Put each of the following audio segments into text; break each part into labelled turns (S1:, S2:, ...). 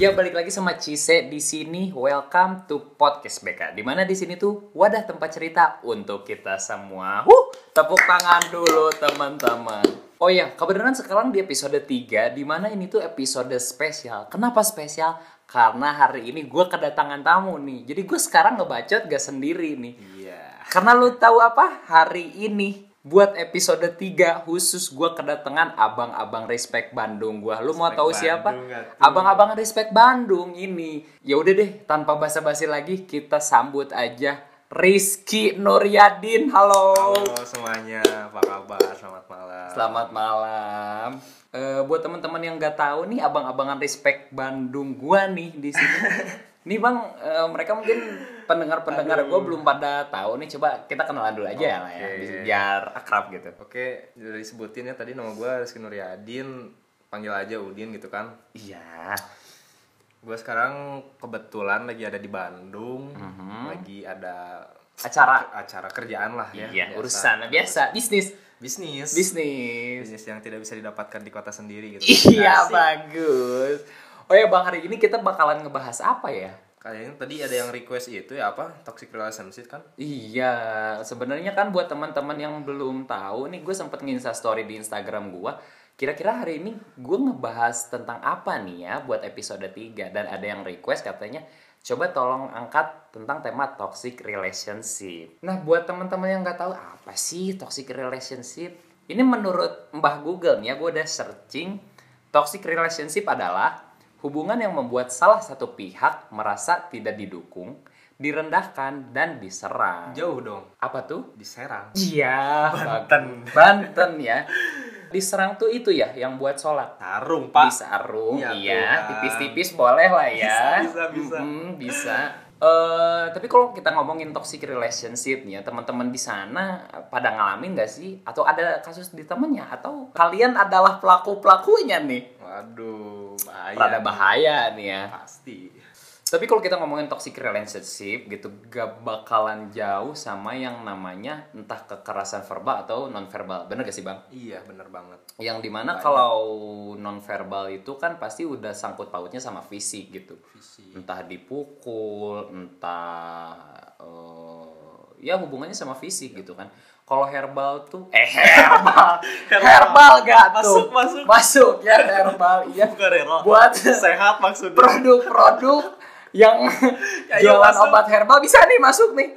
S1: Ya balik lagi sama Cise di sini. Welcome to podcast BK. Dimana di sini tuh wadah tempat cerita untuk kita semua. Huh, tepuk tangan dulu teman-teman. Oh ya, kebenaran sekarang di episode 3 Dimana ini tuh episode spesial. Kenapa spesial? Karena hari ini gue kedatangan tamu nih. Jadi gue sekarang ngebacot gak sendiri nih.
S2: Iya.
S1: Karena lu tahu apa? Hari ini buat episode 3 khusus gua kedatangan abang-abang Respect Bandung gua. Lu mau
S2: Respect
S1: tahu
S2: Bandung
S1: siapa?
S2: nggak tuh?
S1: Abang-abang Respect Bandung ini. Ya udah deh, tanpa basa-basi lagi kita sambut aja Rizky Nuryadin. Halo.
S2: Halo semuanya, apa kabar? Selamat malam.
S1: Selamat malam. Eh, buat teman-teman yang nggak tahu nih abang-abangan Respect Bandung gua nih di sini. nih Bang, eh, mereka mungkin pendengar-pendengar gua belum pada tahu nih. Coba kita kenalan dulu aja ya lah ya,
S2: Oke.
S1: biar akrab gitu.
S2: Oke, dari sebutin ya tadi nama gue Rizky Nuryadin, panggil aja Udin gitu kan.
S1: Iya.
S2: Gue sekarang kebetulan lagi ada di Bandung,
S1: Mhm.
S2: lagi ada
S1: Acara.
S2: acara kerjaan lah ya.
S1: Iya,
S2: biasa.
S1: urusan biasa, bisnis.
S2: Bisnis.
S1: Bisnis.
S2: Bisnis yang tidak bisa didapatkan di kota sendiri gitu.
S1: Iya,
S2: Asik.
S1: bagus. Oh ya Bang, hari ini kita bakalan ngebahas apa ya?
S2: Kayaknya tadi ada yang request itu ya apa? Toxic relationship kan?
S1: Iya, sebenarnya kan buat teman-teman yang belum tahu nih, gue sempet nginsta story di Instagram gue. Kira-kira hari ini gue ngebahas tentang apa nih ya buat episode 3 dan ada yang request katanya coba tolong angkat tentang tema toxic relationship. Nah, buat teman-teman yang nggak tahu apa sih toxic relationship, ini menurut Mbah Google nih ya, gue udah searching toxic relationship adalah Hubungan yang membuat salah satu pihak merasa tidak didukung, direndahkan, dan diserang.
S2: Jauh dong,
S1: Apa tuh?
S2: diserang.
S1: Iya,
S2: Banten.
S1: Banten ya. Diserang tuh itu ya yang buat sholat.
S2: Tarung, Pak.
S1: Disarung,
S2: Iya, Tuhan.
S1: iya, tipis-tipis boleh lah ya.
S2: Bisa, bisa, bisa.
S1: Mm-mm, bisa. Eh, tapi kalau kita ngomongin toxic relationship nih ya, teman-teman di sana pada ngalamin gak sih? Atau ada kasus di temennya? Atau kalian adalah pelaku-pelakunya nih?
S2: Waduh, bahaya.
S1: Rada bahaya nih ya.
S2: Pasti.
S1: Tapi kalau kita ngomongin toxic relationship gitu gak bakalan jauh sama yang namanya entah kekerasan verbal atau non verbal. Bener gak sih, Bang?
S2: Iya, bener banget.
S1: Yang dimana kalau non verbal itu kan pasti udah sangkut pautnya sama fisik gitu.
S2: Visi.
S1: Entah dipukul, entah eh, ya hubungannya sama fisik gitu kan. Kalau herbal tuh eh herbal. herbal gak tuh?
S2: Masuk, masuk.
S1: Masuk ya herbal. Iya. Buat
S2: sehat maksudnya.
S1: produk-produk yang
S2: Ayo,
S1: jualan
S2: masuk.
S1: obat herbal bisa nih masuk nih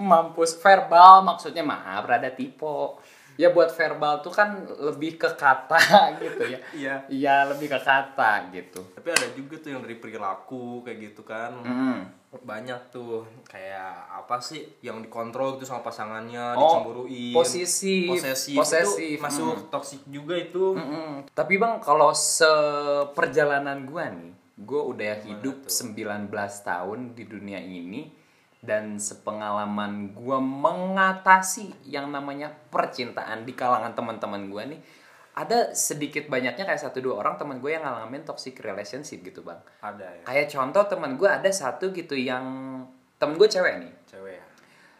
S1: mampus verbal maksudnya maaf rada tipe ya buat verbal tuh kan lebih ke kata gitu ya
S2: Iya.
S1: iya lebih ke kata gitu
S2: Tapi ada juga tuh yang dari perilaku kayak gitu kan.
S1: Mm.
S2: Banyak tuh kayak apa sih yang dikontrol gitu sama pasangannya,
S1: Oh,
S2: dicemburuin.
S1: posesif.
S2: Posesif.
S1: Posesif, Hmm.
S2: Itu masuk toksik juga itu.
S1: Mm-mm. tapi bang kalau seperjalanan gua nih gue udah hidup 19 tahun di dunia ini dan sepengalaman gua mengatasi yang namanya percintaan di kalangan teman-teman gua nih ada sedikit banyaknya kayak satu dua orang teman gue yang ngalamin toxic relationship gitu bang
S2: Ada ya,
S1: kayak contoh teman gue ada satu gitu yang temen gue cewek nih
S2: cewek ya.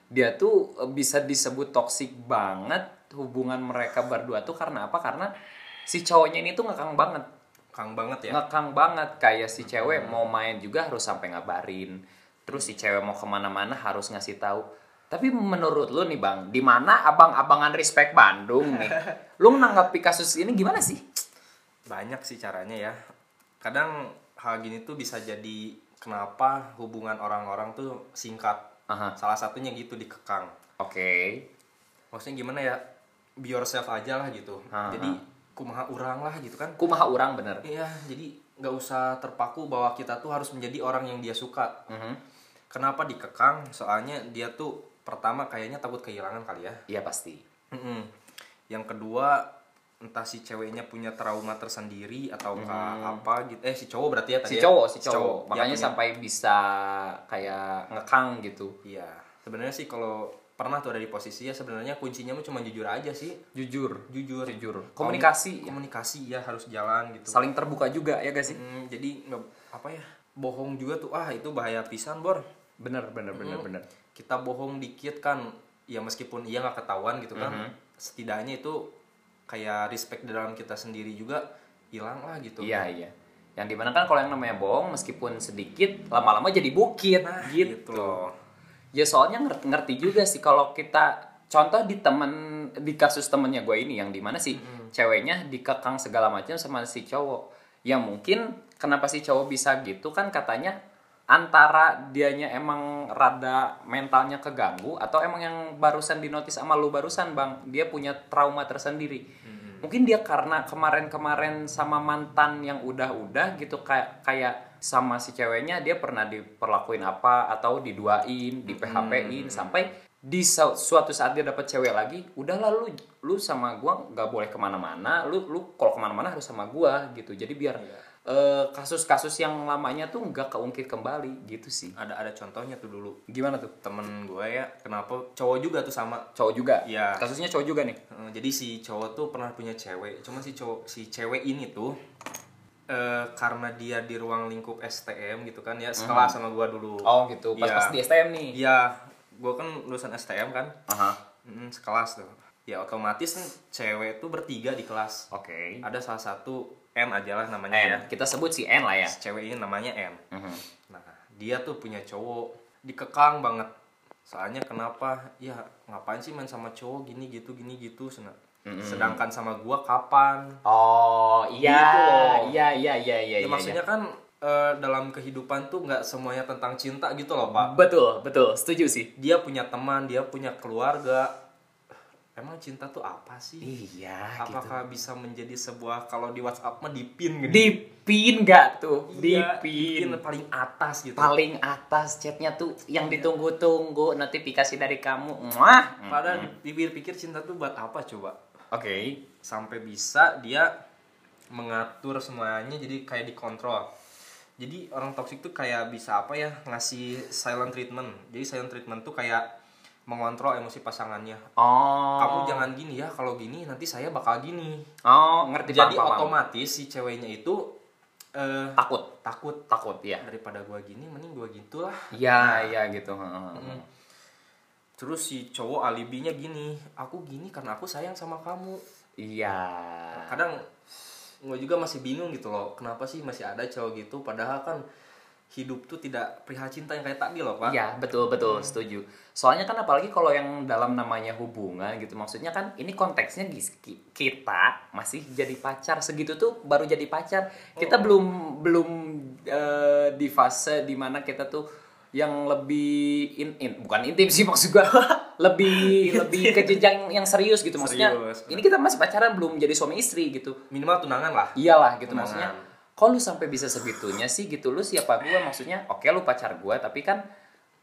S1: dia tuh eh, bisa disebut toksik banget hubungan mereka berdua tuh karena apa? Karena si cowoknya ini tuh ngekang banget,
S2: Kang banget ya. Hmm.
S1: ngekang banget kayak si cewek mau main juga harus sampai ngabarin, terus si cewek mau kemana-mana harus ngasih tahu. Tapi menurut lu nih bang, di mana abang-abangan respect Bandung nih? Lu menanggapi kasus ini gimana sih?
S2: Banyak sih caranya ya. Kadang hal gini tuh bisa jadi kenapa hubungan orang-orang tuh singkat.
S1: Aha,
S2: Salah satunya gitu dikekang.
S1: oke.
S2: maksudnya gimana ya be yourself aja lah gitu
S1: Ha,
S2: jadi kumaha urang lah gitu kan
S1: Kumaha orang bener.
S2: iya jadi nggak usah terpaku bahwa kita tuh harus menjadi orang yang dia suka
S1: Mhm.
S2: kenapa dikekang soalnya dia tuh pertama kayaknya takut kehilangan kali ya
S1: Iya pasti.
S2: Mm-mm. yang kedua entah si ceweknya punya trauma tersendiri atau apa gitu eh si cowok berarti ya
S1: Mhm. Si
S2: tadi ya?
S1: cowok, si cowok.
S2: dia
S1: Makanya
S2: punya-
S1: sampai bisa kayak ngekang gitu.
S2: iya sebenarnya sih kalau pernah tuh ada di posisi ya sebenarnya kuncinya mah cuma jujur aja sih
S1: Jujur.
S2: jujur
S1: jujur komunikasi ya.
S2: komunikasi ya harus jalan gitu
S1: saling terbuka juga ya gak sih
S2: Hmm, jadi nggak apa ya bohong juga tuh ah itu bahaya pisan bor
S1: bener bener bener bener
S2: kita bohong dikit kan ya meskipun iya nggak ketahuan gitu kan setidaknya itu kayak respect di dalam kita sendiri juga hilang lah gitu
S1: iya iya yang dimana kan kalau yang namanya bohong meskipun sedikit lama-lama jadi bukit
S2: Nah,
S1: gitu.
S2: loh.
S1: ya soalnya ngerti, ngerti juga sih kalau kita contoh di temen di kasus temennya gue ini yang dimana sih ceweknya dikekang segala macam sama si cowok ya mungkin kenapa si cowok bisa gitu kan katanya antara dianya emang rada mentalnya keganggu atau emang yang barusan dinotis sama lu barusan bang dia punya trauma tersendiri mungkin dia karena kemarin-kemarin sama mantan yang udah-udah gitu kayak kayak sama si ceweknya dia pernah diperlakuin apa atau diduain, di PHP-in sampai di sa- suatu saat dia dapat cewek lagi, udahlah lu lu sama gua nggak boleh kemana-mana, lu lu kalau kemana-mana harus sama gua gitu. Jadi biar eh, kasus-kasus yang lamanya tuh nggak keungkit kembali gitu sih.
S2: Ada ada contohnya tuh dulu.
S1: Gimana tuh?
S2: Temen gue ya, kenapa cowok juga tuh sama.
S1: Cowok juga.
S2: Iya.
S1: Kasusnya cowok juga nih.
S2: Eh, Jadi si cowok tuh pernah punya cewek, cuma si cowok si cewek ini tuh eh karena dia di ruang lingkup STM gitu kan ya, sekelas sama gua dulu.
S1: Oh gitu. Pas pas
S2: Iya.
S1: di STM nih.
S2: Iya, gua kan lulusan STM kan,
S1: Aha.
S2: Mm, sekelas tuh. Ya otomatis nih, cewek tuh bertiga di kelas.
S1: Oke.
S2: Ada salah satu N aja lah namanya ya.
S1: N. Kita sebut si N lah ya.
S2: Si Cewek ini namanya N.
S1: Mhm.
S2: Nah, dia tuh punya cowok dikekang banget. Soalnya kenapa? Ya ngapain sih main sama cowok gini gitu gini gitu sena-
S1: Mhm.
S2: Sedangkan sama gua kapan?
S1: Oh iya,
S2: Gitu loh.
S1: iya iya iya iya.
S2: Ya,
S1: iya,
S2: maksudnya kan eh, dalam kehidupan tuh nggak semuanya tentang cinta gitu loh
S1: iya.
S2: pak.
S1: betul betul setuju sih.
S2: Dia punya teman, dia punya keluarga. Emang cinta tuh apa sih?
S1: Iya gitu.
S2: Apakah bisa menjadi sebuah kalau di WhatsApp mah dipin gitu?
S1: Dipin gak tuh?
S2: Iya,
S1: Dipin.
S2: dipin paling atas gitu.
S1: Paling atas chatnya tuh yang ditunggu-tunggu notifikasi dari kamu. Wah.
S2: Padahal dipikir-pikir cinta tuh buat apa coba?
S1: Oke.
S2: sampai bisa dia mengatur semuanya jadi kayak dikontrol jadi orang toksik tuh kayak bisa apa ya ngasih silent treatment jadi silent treatment tuh kayak mengontrol emosi pasangannya
S1: Oh.
S2: kamu jangan gini ya kalau gini nanti saya bakal gini
S1: Oh ngerti
S2: jadi
S1: paham, paham.
S2: otomatis si ceweknya itu eh,
S1: takut
S2: takut
S1: takut ya.
S2: daripada gua gini mending gua gitulah
S1: Iya iya gitu. Heeh.
S2: terus si cowok alibinya gini aku gini karena aku sayang sama kamu
S1: Iya.
S2: kadang gue juga masih bingung gitu loh kenapa sih masih ada cowok gitu padahal kan hidup tuh tidak perihal cinta yang kayak tadi loh pak Hmm.
S1: Iya betul betul setuju. Soalnya kan apalagi kalau yang dalam namanya hubungan gitu maksudnya kan ini konteksnya gis- ki- kita masih jadi pacar segitu tuh baru jadi pacar
S2: Hmm.
S1: kita belum belum eh, di fase dimana kita tuh yang lebih in, in- bukan intim sih maksud gua lebih lebih ke jenjang yang serius gitu maksudnya
S2: Serius.
S1: ini kita masih pacaran belum jadi suami istri gitu
S2: minimal tunangan lah
S1: iyalah gitu
S2: Tunangan.
S1: maksudnya kok lu sampai bisa segitunya sih gitu lu siapa gua maksudnya oke lu pacar gua tapi kan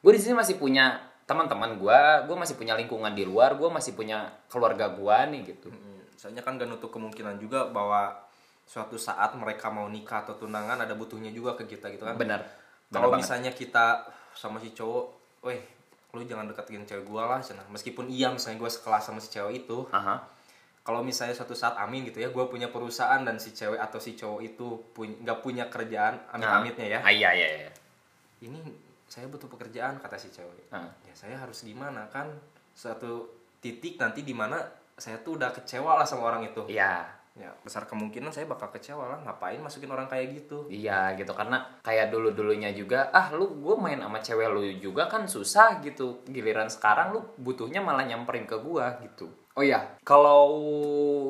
S1: gue di sini masih punya teman-teman gua gue masih punya lingkungan di luar gue masih punya keluarga gua nih gitu
S2: Hmm, soalnya kan gak nutup kemungkinan juga bahwa suatu saat mereka mau nikah atau tunangan ada butuhnya juga ke kita gitu kan
S1: benar
S2: kalau
S1: banget.
S2: misalnya kita sama si cowok weh lu jangan deketin cewek gua lah sana meskipun iya misalnya gua sekelas sama si cewek itu
S1: Aha.
S2: kalau misalnya suatu saat amin gitu ya gua punya perusahaan dan si cewek atau si cowok itu pun- nggak punya kerjaan amit-amitnya ya
S1: Ah, iya iya iya
S2: ini saya butuh pekerjaan kata si cewek
S1: Ah.
S2: ya saya harus gimana kan suatu titik nanti dimana saya tuh udah kecewa lah sama orang itu
S1: Iya.
S2: ya besar kemungkinan saya bakal kecewa lah ngapain masukin orang kayak gitu
S1: Iya gitu karena kayak dulu dulunya juga ah lu gue main sama cewek lu juga kan susah gitu giliran sekarang lu butuhnya malah nyamperin ke gua gitu. Oh iya kalau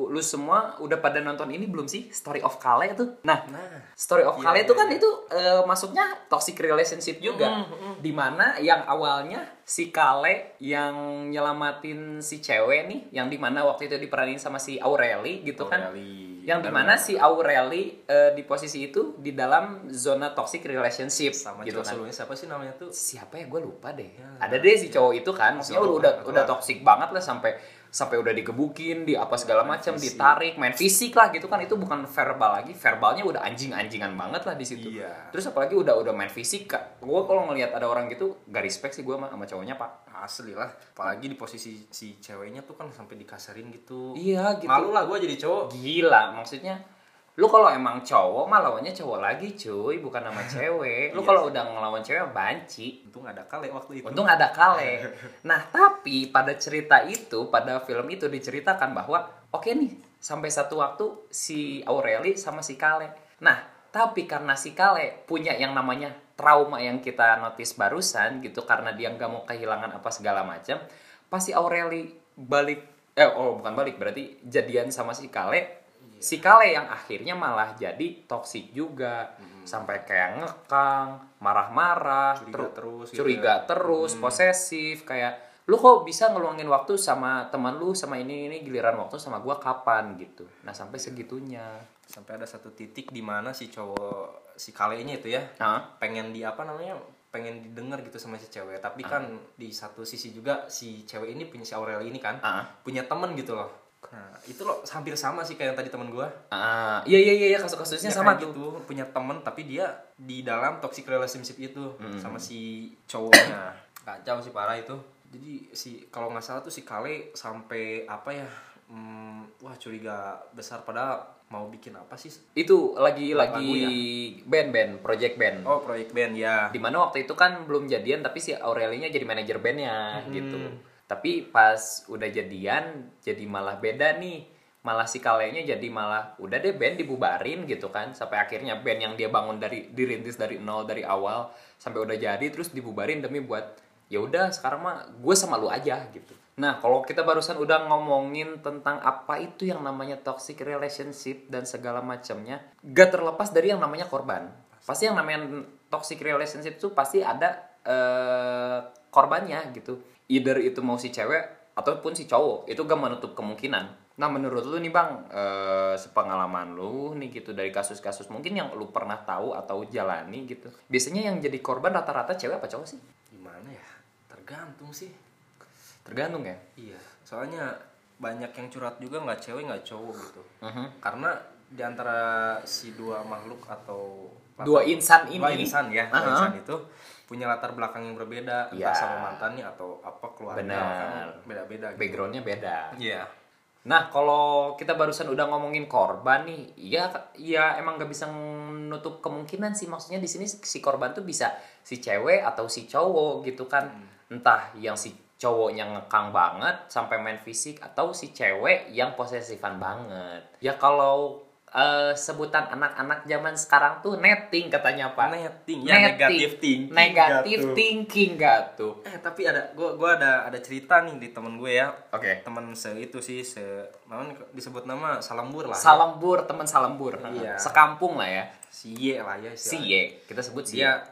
S1: lu semua udah pada nonton ini belum sih Story of Kale tuh? Nah
S2: nah
S1: Story of
S2: Iya,
S1: Kale itu
S2: iya,
S1: kan itu eh, masuknya toxic relationship juga. Dimana yang awalnya si Kale yang nyelamatin si cewek nih, yang dimana waktu itu diperanin sama si Aureli gitu
S2: ya
S1: kan.
S2: Aureli.
S1: Yang dimana si Aureli eh, di posisi itu di dalam zona toxic relationship
S2: sama
S1: gitu
S2: cowok
S1: kan.
S2: sulungnya siapa sih namanya tuh
S1: Siapa ya gue lupa deh.
S2: Ya,
S1: Ada deh si cowok itu kan, maksudnya udah
S2: Cowok,
S1: udah,
S2: betul.
S1: udah toxic banget lah sampai sampai udah digebukin, di apa segala
S2: Ya,
S1: macam, ditarik, main fisik lah gitu kan itu bukan verbal lagi, verbalnya udah anjing-anjingan banget lah di situ.
S2: Iya.
S1: Terus apalagi udah udah main fisik, Kak. gue kalau ngelihat ada orang gitu gak respect sih gue sama, sama cowoknya pak.
S2: asli lah apalagi di posisi si ceweknya tuh kan sampai dikasarin gitu
S1: Iya gitu.
S2: malu lah gue jadi cowok
S1: Gila, maksudnya lu kalau emang cowok mah lawannya cowok lagi cuy, bukan sama cewek. Lu
S2: Iya
S1: kalau udah ngelawan cewek banci.
S2: untung ada kale waktu itu
S1: Untung ada Kale. Nah, tapi pada cerita itu, pada film itu diceritakan bahwa oke nih, sampai satu waktu si Aureli sama si Kale. Nah, Tapi karena si Kale punya yang namanya trauma yang kita notice barusan gitu karena dia nggak mau kehilangan apa segala macam, pasti Aureli balik eh oh bukan balik berarti jadian sama si Kale. Si Kale yang akhirnya malah jadi toksik juga sampai kayak ngekang, marah-marah,
S2: Curiga
S1: teru-
S2: terus gitu
S1: curiga
S2: ya.
S1: terus, posesif kayak lu kok bisa ngeluangin waktu sama teman lu sama ini ini giliran waktu sama gua kapan gitu. Nah, sampai
S2: Iya.
S1: segitunya.
S2: sampai ada satu titik di mana si cowok si kalenya itu ya
S1: Hah?
S2: pengen di apa namanya pengen didengar gitu sama si cewek tapi
S1: Ah.
S2: kan di satu sisi juga si cewek ini punya si Aurel ini kan
S1: Ah.
S2: punya temen gitu loh nah itu loh hampir sama sih kayak yang tadi teman gua
S1: Ah, iya iya iya iya, kasus-kasusnya
S2: Ya,
S1: sama tuh.
S2: kayak gitu punya temen tapi dia di dalam toxic relationship itu
S1: Hmm.
S2: sama si
S1: Nah.
S2: cowoknya kacau sih parah itu jadi si kalau nggak salah tuh si Kale sampai apa ya hmm, wah curiga besar padahal mau bikin apa sih
S1: Itu lagi
S2: Lagu ya?
S1: lagi band-band, project band.
S2: oh proyek band ya
S1: Dimana waktu itu kan belum jadian tapi si Aurelinya jadi manajer bandnya gitu. Tapi pas udah jadian jadi malah beda nih. Malah si kalenya jadi malah udah deh band dibubarin gitu kan. Sampai akhirnya band yang dia bangun dari dirintis dari nol dari awal sampai udah jadi terus dibubarin demi buat ya udah sekarang mah gue sama lu aja gitu. Nah, kalau kita barusan udah ngomongin tentang apa itu yang namanya toxic relationship dan segala macamnya, gak terlepas dari yang namanya korban. Pasti yang namanya toxic relationship tuh pasti ada eh, korbannya gitu. Either itu mau si cewek ataupun si cowok, itu gak menutup kemungkinan. Nah, menurut lu nih Bang, eh, sepengalaman lu nih gitu dari kasus-kasus mungkin yang lu pernah tahu atau jalani gitu. Biasanya yang jadi korban rata-rata cewek apa cowok sih?
S2: gimana ya tergantung sih
S1: Tergantung ya.
S2: iya soalnya banyak yang curhat juga nggak cewek nggak cowok gitu
S1: Mhm.
S2: karena di antara si dua makhluk atau
S1: Dua insan
S2: dua
S1: ini.
S2: insan ya dua
S1: Aha.
S2: insan itu punya latar belakang yang berbeda
S1: Ya.
S2: entah sama mantannya atau apa keluarga
S1: Benar.
S2: kan beda-beda gitu.
S1: backgroundnya beda.
S2: Iya.
S1: Nah kalau kita barusan udah ngomongin korban nih, ya ya emang gak bisa menutup kemungkinan sih maksudnya di sini si korban tuh bisa si cewek atau si cowok gitu kan,
S2: Hmm.
S1: entah yang si cowoknya ngekang banget sampai main fisik atau si cewek yang posesifan banget. Ya kalau eh, sebutan anak-anak zaman sekarang tuh netting katanya pak.
S2: Netting, ya, negative thinking
S1: Negative
S2: gak tuh.
S1: thinking gak tuh.
S2: Eh tapi ada gua gua ada ada cerita nih di temen gue ya.
S1: Oke.
S2: Temen se itu sih se namanya disebut nama Salambur lah. ya.
S1: Salembur teman Salembur,
S2: Iya.
S1: sekampung lah ya.
S2: Si Ye lah ya
S1: si Y
S2: istilahnya.
S1: kita sebut si
S2: Dia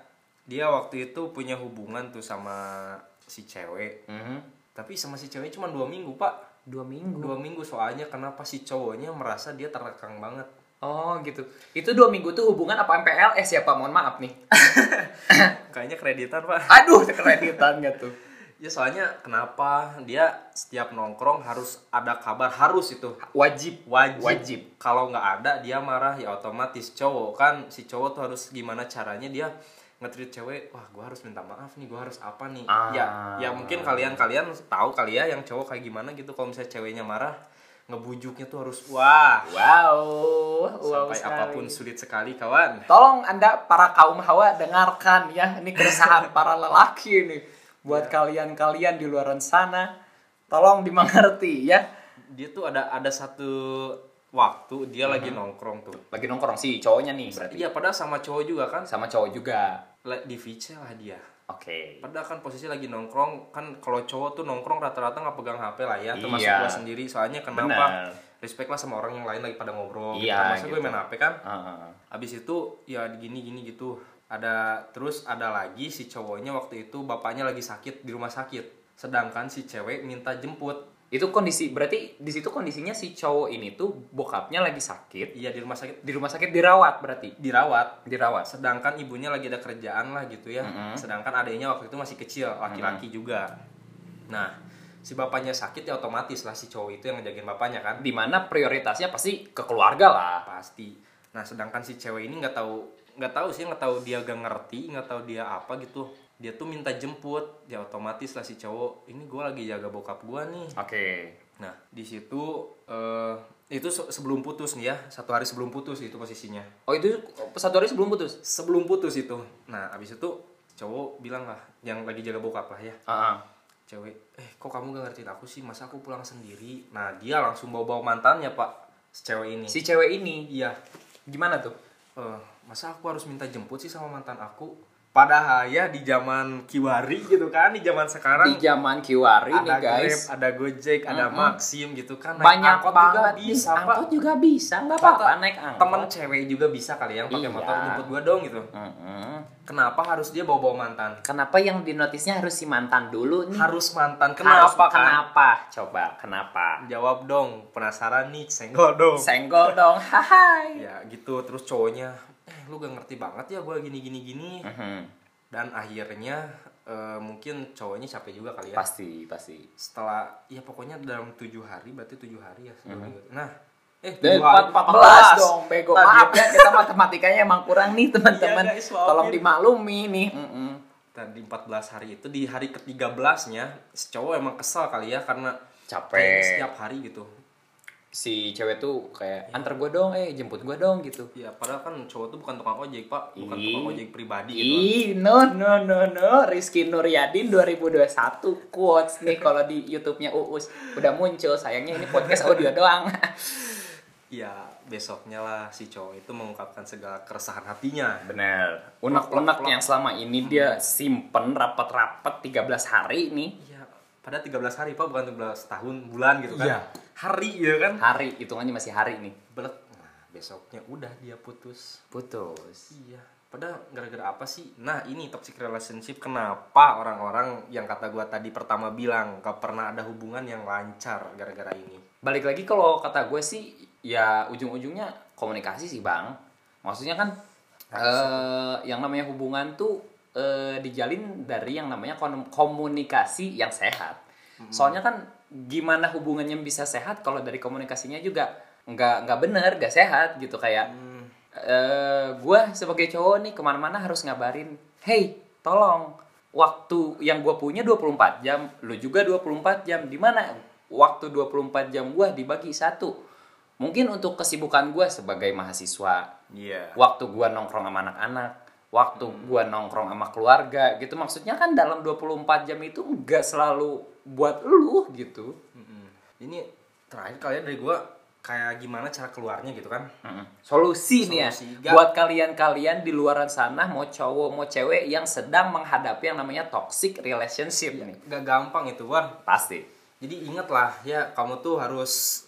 S2: dia waktu itu punya hubungan tuh sama si
S1: Y.
S2: cewek.
S1: Mhm.
S2: Tapi sama si cewek cuma dua minggu, Pak.
S1: dua minggu
S2: dua minggu soalnya kenapa si cowoknya merasa dia terkekang banget
S1: oh gitu itu dua minggu tuh hubungan apa MPLS ya pak mohon maaf nih
S2: kayaknya kreditan pak
S1: aduh kreditan nggak tuh
S2: ya soalnya kenapa dia setiap nongkrong harus ada kabar harus itu
S1: wajib
S2: wajib,
S1: Wajib.
S2: kalau nggak ada dia marah ya otomatis cowok kan si cowok tuh harus gimana caranya dia ngetrit cewek wah gue harus minta maaf nih gue harus apa nih
S1: Ah.
S2: ya ya mungkin kalian kalian tahu kali ya yang cowok kayak gimana gitu kalau misalnya ceweknya marah ngebujuknya tuh harus wah
S1: wow wow
S2: sampai
S1: sekali.
S2: apapun sulit sekali kawan
S1: tolong anda para kaum hawa dengarkan ya ini keresahan para lelaki nih buat kalian-kalian di luaran sana tolong dimengerti ya
S2: dia tuh ada ada satu waktu dia lagi nongkrong tuh
S1: lagi nongkrong si cowoknya nih berarti
S2: iya padahal sama cowok juga kan
S1: sama cowok juga
S2: la- di VC lah dia
S1: oke
S2: padahal kan posisi lagi nongkrong kan kalau cowok tuh nongkrong rata-rata nggak pegang HP lah ya termasuk
S1: Iya.
S2: gua sendiri soalnya
S1: Benar.
S2: kenapa respect lah sama orang yang lain lagi pada ngobrol gitu
S1: Iya,
S2: kan. Masa gue
S1: gitu.
S2: main HP kan
S1: Ah,
S2: Abis itu ya gini gini gitu. Ada terus ada lagi si cowoknya waktu itu bapaknya lagi sakit di rumah sakit. Sedangkan si cewek minta jemput.
S1: itu kondisi berarti di situ kondisinya si cowok ini tuh bokapnya lagi sakit
S2: Iya di rumah sakit
S1: di rumah sakit dirawat berarti
S2: dirawat.
S1: dirawat
S2: Sedangkan ibunya lagi ada kerjaan lah gitu ya. Sedangkan adiknya waktu itu masih kecil, laki-laki juga. Nah, si bapaknya sakit ya otomatis lah si cowok itu yang ngejagain bapaknya kan.
S1: di mana prioritasnya pasti ke keluarga lah
S2: Pasti. Nah, sedangkan si cewek ini nggak tahu nggak tahu sih nggak tahu dia gak ngerti nggak tahu dia apa gitu dia tuh minta jemput ya otomatis lah si cowok ini gue lagi jaga bokap gue nih
S1: oke
S2: nah di situ eh, itu se- sebelum putus nih ya satu hari sebelum putus itu posisinya
S1: oh itu satu hari sebelum putus
S2: sebelum putus itu nah abis itu cowok bilang lah yang lagi jaga bokap lah ya
S1: Heeh.
S2: cewek eh kok kamu gak ngertiin aku sih masa aku pulang sendiri nah dia langsung bawa bawa mantannya pak si cewek ini
S1: si cewek ini
S2: iya
S1: gimana tuh
S2: eh masa aku harus minta jemput sih sama mantan aku padahal ya di zaman kiwari gitu kan di zaman sekarang
S1: di zaman kiwari nih
S2: ada
S1: guys
S2: Grab, ada Gojek, ada Maxim gitu kan. Naik
S1: banyak
S2: angkot
S1: banget
S2: juga
S1: nih.
S2: bisa, Pak.
S1: angkot juga bisa nggak apa-apa
S2: Kata
S1: naik angkot
S2: Temen cewek juga bisa kali yang pakai
S1: Iya.
S2: motor jemput gua dong gitu.
S1: Mm-mm.
S2: Kenapa harus dia bawa-bawa mantan?
S1: kenapa yang di notisnya harus si mantan dulu nih
S2: Harus mantan.
S1: Harus-
S2: Kenapa kan?
S1: kenapa coba kenapa
S2: Jawab dong, penasaran nih, senggol dong.
S1: senggol dong hai
S2: Ya gitu, terus cowoknya, eh lu gak ngerti banget ya gua gini gini gini.
S1: Mhm.
S2: Dan akhirnya eh, mungkin cowoknya capek juga kali ya.
S1: pasti pasti
S2: Setelah ya pokoknya dalam tujuh hari berarti tujuh hari ya sebelum itu. Nah, eh
S1: Mhm. Dan
S2: tujuh hari,
S1: 14 dong bego
S2: Tadi
S1: maaf ya kita matematikanya emang kurang nih teman-teman
S2: Iya, guys, maafin.
S1: tolong dimaklumi nih Mm-mm.
S2: tadi 14 hari itu di hari ke-13-nya si cowok emang kesel kali ya karena kayaknya
S1: capek
S2: setiap hari gitu.
S1: si cewek tuh kayak antar gue dong eh jemput gue dong gitu
S2: Ya padahal kan cowok tuh bukan tukang ojek, Pak. Bukan
S1: Ih.
S2: tukang ojek pribadi
S1: Iya,
S2: gitu.
S1: Ih, no, no, no, no. Rizky Nuryadin 2021 quotes nih kalau di YouTube-nya Uus. Udah muncul, sayangnya ini podcast audio doang.
S2: Ya, besoknya lah si cowok itu mengungkapkan segala keresahan hatinya.
S1: Bener. Unek-unek yang selama ini dia simpen rapat-rapat 13 hari nih.
S2: Iya, pada 13 hari, Pak, bukan 13 tahun, bulan gitu kan.
S1: Iya.
S2: Hari ya kan.
S1: Hari, hitungannya masih hari nih.
S2: Belek. Nah, besoknya udah dia putus.
S1: Putus.
S2: Iya. Padahal gara-gara apa sih? Nah ini toxic relationship kenapa orang-orang yang kata gua tadi pertama bilang gak pernah ada hubungan yang lancar gara-gara ini.
S1: balik lagi kalau kata gue sih ya ujung-ujungnya komunikasi sih bang maksudnya kan eh, yang namanya hubungan tuh eh, dijalin dari yang namanya kon- komunikasi yang sehat soalnya kan gimana hubungannya bisa sehat kalau dari komunikasinya juga nggak nggak bener nggak sehat gitu kayak eh gue sebagai cowok nih kemana-mana harus ngabarin hey tolong waktu yang gue punya 24 jam lu juga 24 jam di mana waktu 24 jam gue dibagi satu mungkin untuk kesibukan gue sebagai mahasiswa
S2: Iya.
S1: waktu gua nongkrong sama anak-anak, waktu gua nongkrong sama keluarga gitu. Maksudnya kan dalam 24 jam itu nggak selalu buat lu gitu.
S2: Mm-mm. Ini terakhir kalian dari gua kayak gimana cara keluarnya gitu kan?
S1: Solusi nih ya
S2: Solusi, nggak.
S1: buat kalian-kalian di luaran sana mau cowok mau cewek yang sedang menghadapi yang namanya toxic relationship nih.
S2: Gak gampang itu Wan.
S1: Pasti.
S2: Jadi ingatlah ya kamu tuh harus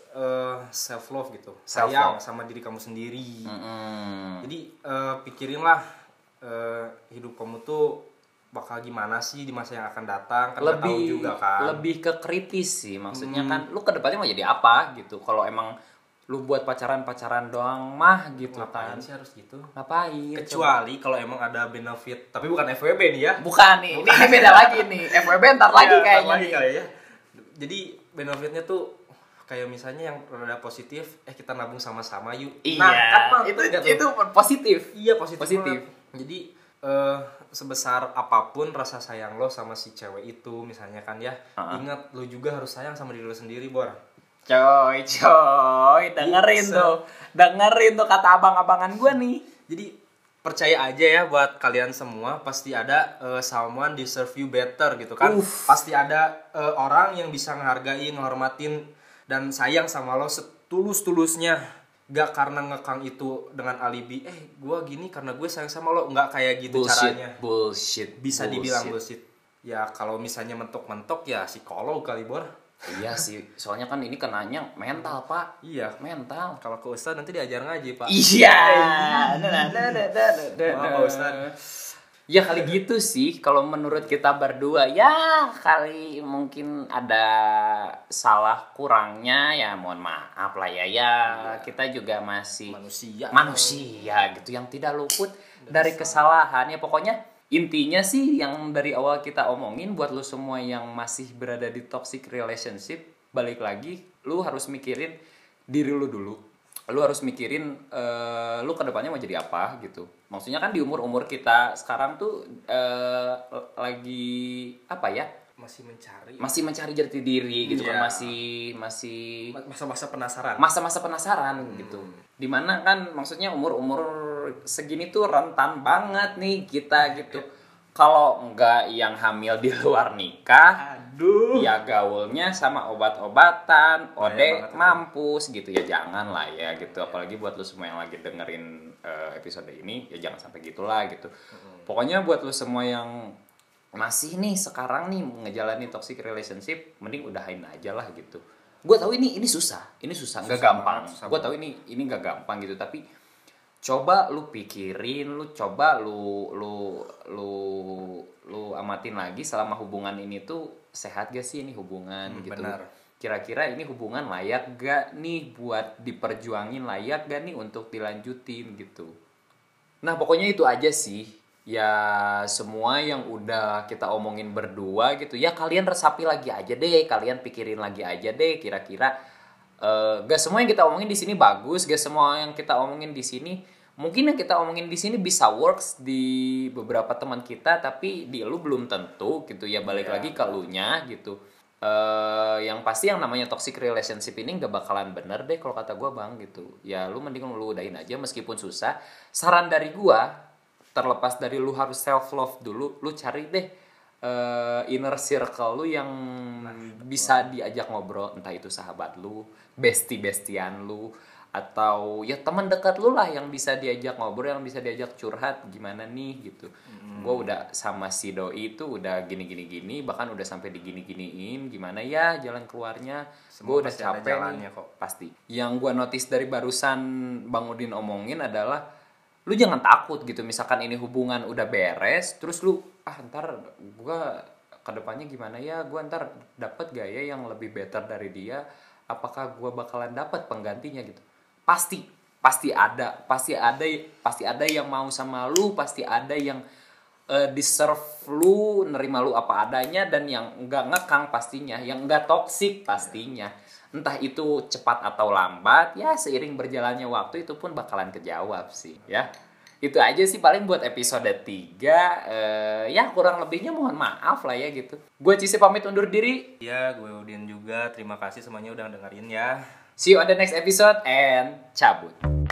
S2: self love gitu.
S1: Self-love. Hmm.
S2: Sayang sama diri kamu sendiri. Jadi eh, pikirinlah eh, hidup kamu tuh bakal gimana sih di masa yang akan datang kan nggak tahu
S1: lebih
S2: juga kan. Hmm.
S1: lebih ke kritis sih maksudnya kan lu kedepannya mau jadi apa gitu kalau emang lu buat pacaran-pacaran doang mah gitu
S2: Ngapain
S1: kan
S2: sih harus gitu?
S1: ngapain coba?
S2: Kecuali kalau emang ada benefit, tapi bukan FWB nih ya.
S1: Bukan nih, ini, ini beda lagi nih. FWB ntar lagi
S2: Iya,
S1: kayaknya.
S2: lagi
S1: nih.
S2: kali ya. Jadi benefitnya tuh kayak misalnya yang rada positif, eh kita nabung sama-sama yuk.
S1: Iya,
S2: Nah, kan mantep
S1: itu
S2: nggak tuh?
S1: itu positif.
S2: Iya positif.
S1: Positif.
S2: banget. Jadi eh, sebesar apapun rasa sayang lo sama si cewek itu misalnya kan ya,
S1: Ha-ha.
S2: ingat lo juga harus sayang sama diri lo sendiri, Bor.
S1: Coy, coy, dengerin
S2: Bisa.
S1: tuh. Dengerin tuh kata abang-abangan gua nih.
S2: Jadi percaya aja ya buat kalian semua pasti ada eh, someone deserve you better gitu kan.
S1: Uff.
S2: Pasti ada eh, orang yang bisa ngehargain, ngehormatin dan sayang sama lo setulus-tulusnya. Gak karena ngekang itu dengan alibi, eh gua gini karena gue sayang sama lo, nggak kayak gitu
S1: Bullshit,
S2: caranya.
S1: bullshit.
S2: bisa
S1: bullshit.
S2: dibilang bullshit. Ya kalau misalnya mentok-mentok ya psikolog kali bor.
S1: Iya sih, soalnya kan ini kenanya mental, Pak.
S2: Iya.
S1: Mental.
S2: Kalau ke ustadz nanti diajar ngaji pak.
S1: Iya. nah,
S2: Maaf pak ustadz.
S1: Ya kali gitu sih kalau menurut kita berdua ya kali mungkin ada salah kurangnya ya mohon maaf lah ya
S2: Iya.
S1: ya kita juga masih
S2: Manusia.
S1: Ya, manusia gitu yang tidak luput dari kesalahan ya pokoknya intinya sih yang dari awal kita omongin buat lu semua yang masih berada di toxic relationship balik lagi lu harus mikirin diri lu dulu lu harus mikirin eh, lu kedepannya mau jadi apa gitu maksudnya kan di umur umur kita sekarang tuh eh, lagi apa ya
S2: Masih mencari.
S1: masih mencari jati diri gitu
S2: Iya.
S1: kan masih masih
S2: Masa-masa penasaran.
S1: masa-masa penasaran
S2: Hmm.
S1: gitu
S2: Iya.
S1: dimana kan maksudnya umur umur segini tuh rentan banget nih kita gitu kalau nggak yang hamil di luar nikah
S2: aduh
S1: ya gaulnya sama obat-obatan
S2: Bahaya banget
S1: ode
S2: itu. Iya.
S1: mampus gitu ya jangan lah ya gitu apalagi buat lu semua yang lagi dengerin eh, episode ini ya jangan sampai gitulah gitu
S2: Hmm.
S1: pokoknya buat lu semua yang masih nih sekarang nih ngejalani toxic relationship mending udahin aja lah gitu gue tahu ini ini susah ini susah nggak
S2: Susah
S1: gampang
S2: banget, susah
S1: gue Iya. tahu ini ini nggak gampang gitu tapi coba lu pikirin lu coba lu lu lu lu amatin lagi selama hubungan ini tuh sehat gak sih ini hubungan
S2: Hmm,
S1: gitu
S2: benar.
S1: kira-kira ini hubungan layak gak nih buat diperjuangin layak gak nih untuk dilanjutin gitu nah pokoknya itu aja sih ya semua yang udah kita omongin berdua gitu ya kalian resapi lagi aja deh kalian pikirin lagi aja deh kira-kira Eh, gak semua yang kita omongin di sini bagus, gak semua yang kita omongin di sini mungkin yang kita omongin di sini bisa works di beberapa teman kita tapi di lu belum tentu gitu ya balik
S2: Iya.
S1: lagi ke lunya gitu. eh yang pasti yang namanya toxic relationship ini gak bakalan bener deh kalau kata gua bang gitu ya lu mending lu udahin aja meskipun susah saran dari gua terlepas dari lu harus self love dulu lu cari deh eh, inner circle lu yang bisa diajak ngobrol entah itu sahabat lu bestie bestian lu atau ya teman dekat lu lah yang bisa diajak ngobrol yang bisa diajak curhat gimana nih gitu
S2: Hmm.
S1: gue udah sama si doi itu udah gini gini gini bahkan udah sampai digini giniin gimana ya jalan keluarnya gue
S2: Semua
S1: udah
S2: pasti ada
S1: capek
S2: jalannya
S1: nih
S2: kok.
S1: pasti yang gue notice dari barusan bang udin omongin adalah lu jangan takut gitu misalkan ini hubungan udah beres terus lu ah ntar gue kedepannya gimana ya gue ntar dapat gaya yang lebih better dari dia apakah gue bakalan dapat penggantinya gitu pasti pasti ada pasti ada pasti ada yang mau sama lu pasti ada yang eh, deserve lu nerima lu apa adanya dan yang enggak ngekang pastinya yang enggak toksik pastinya entah itu cepat atau lambat ya seiring berjalannya waktu itu pun bakalan kejawab sih ya itu aja sih paling buat episode 3 eh, ya kurang lebihnya mohon maaf lah ya gitu gue Cisi pamit undur diri
S2: ya gue Udin juga terima kasih semuanya udah dengerin ya
S1: see you on the next episode and cabut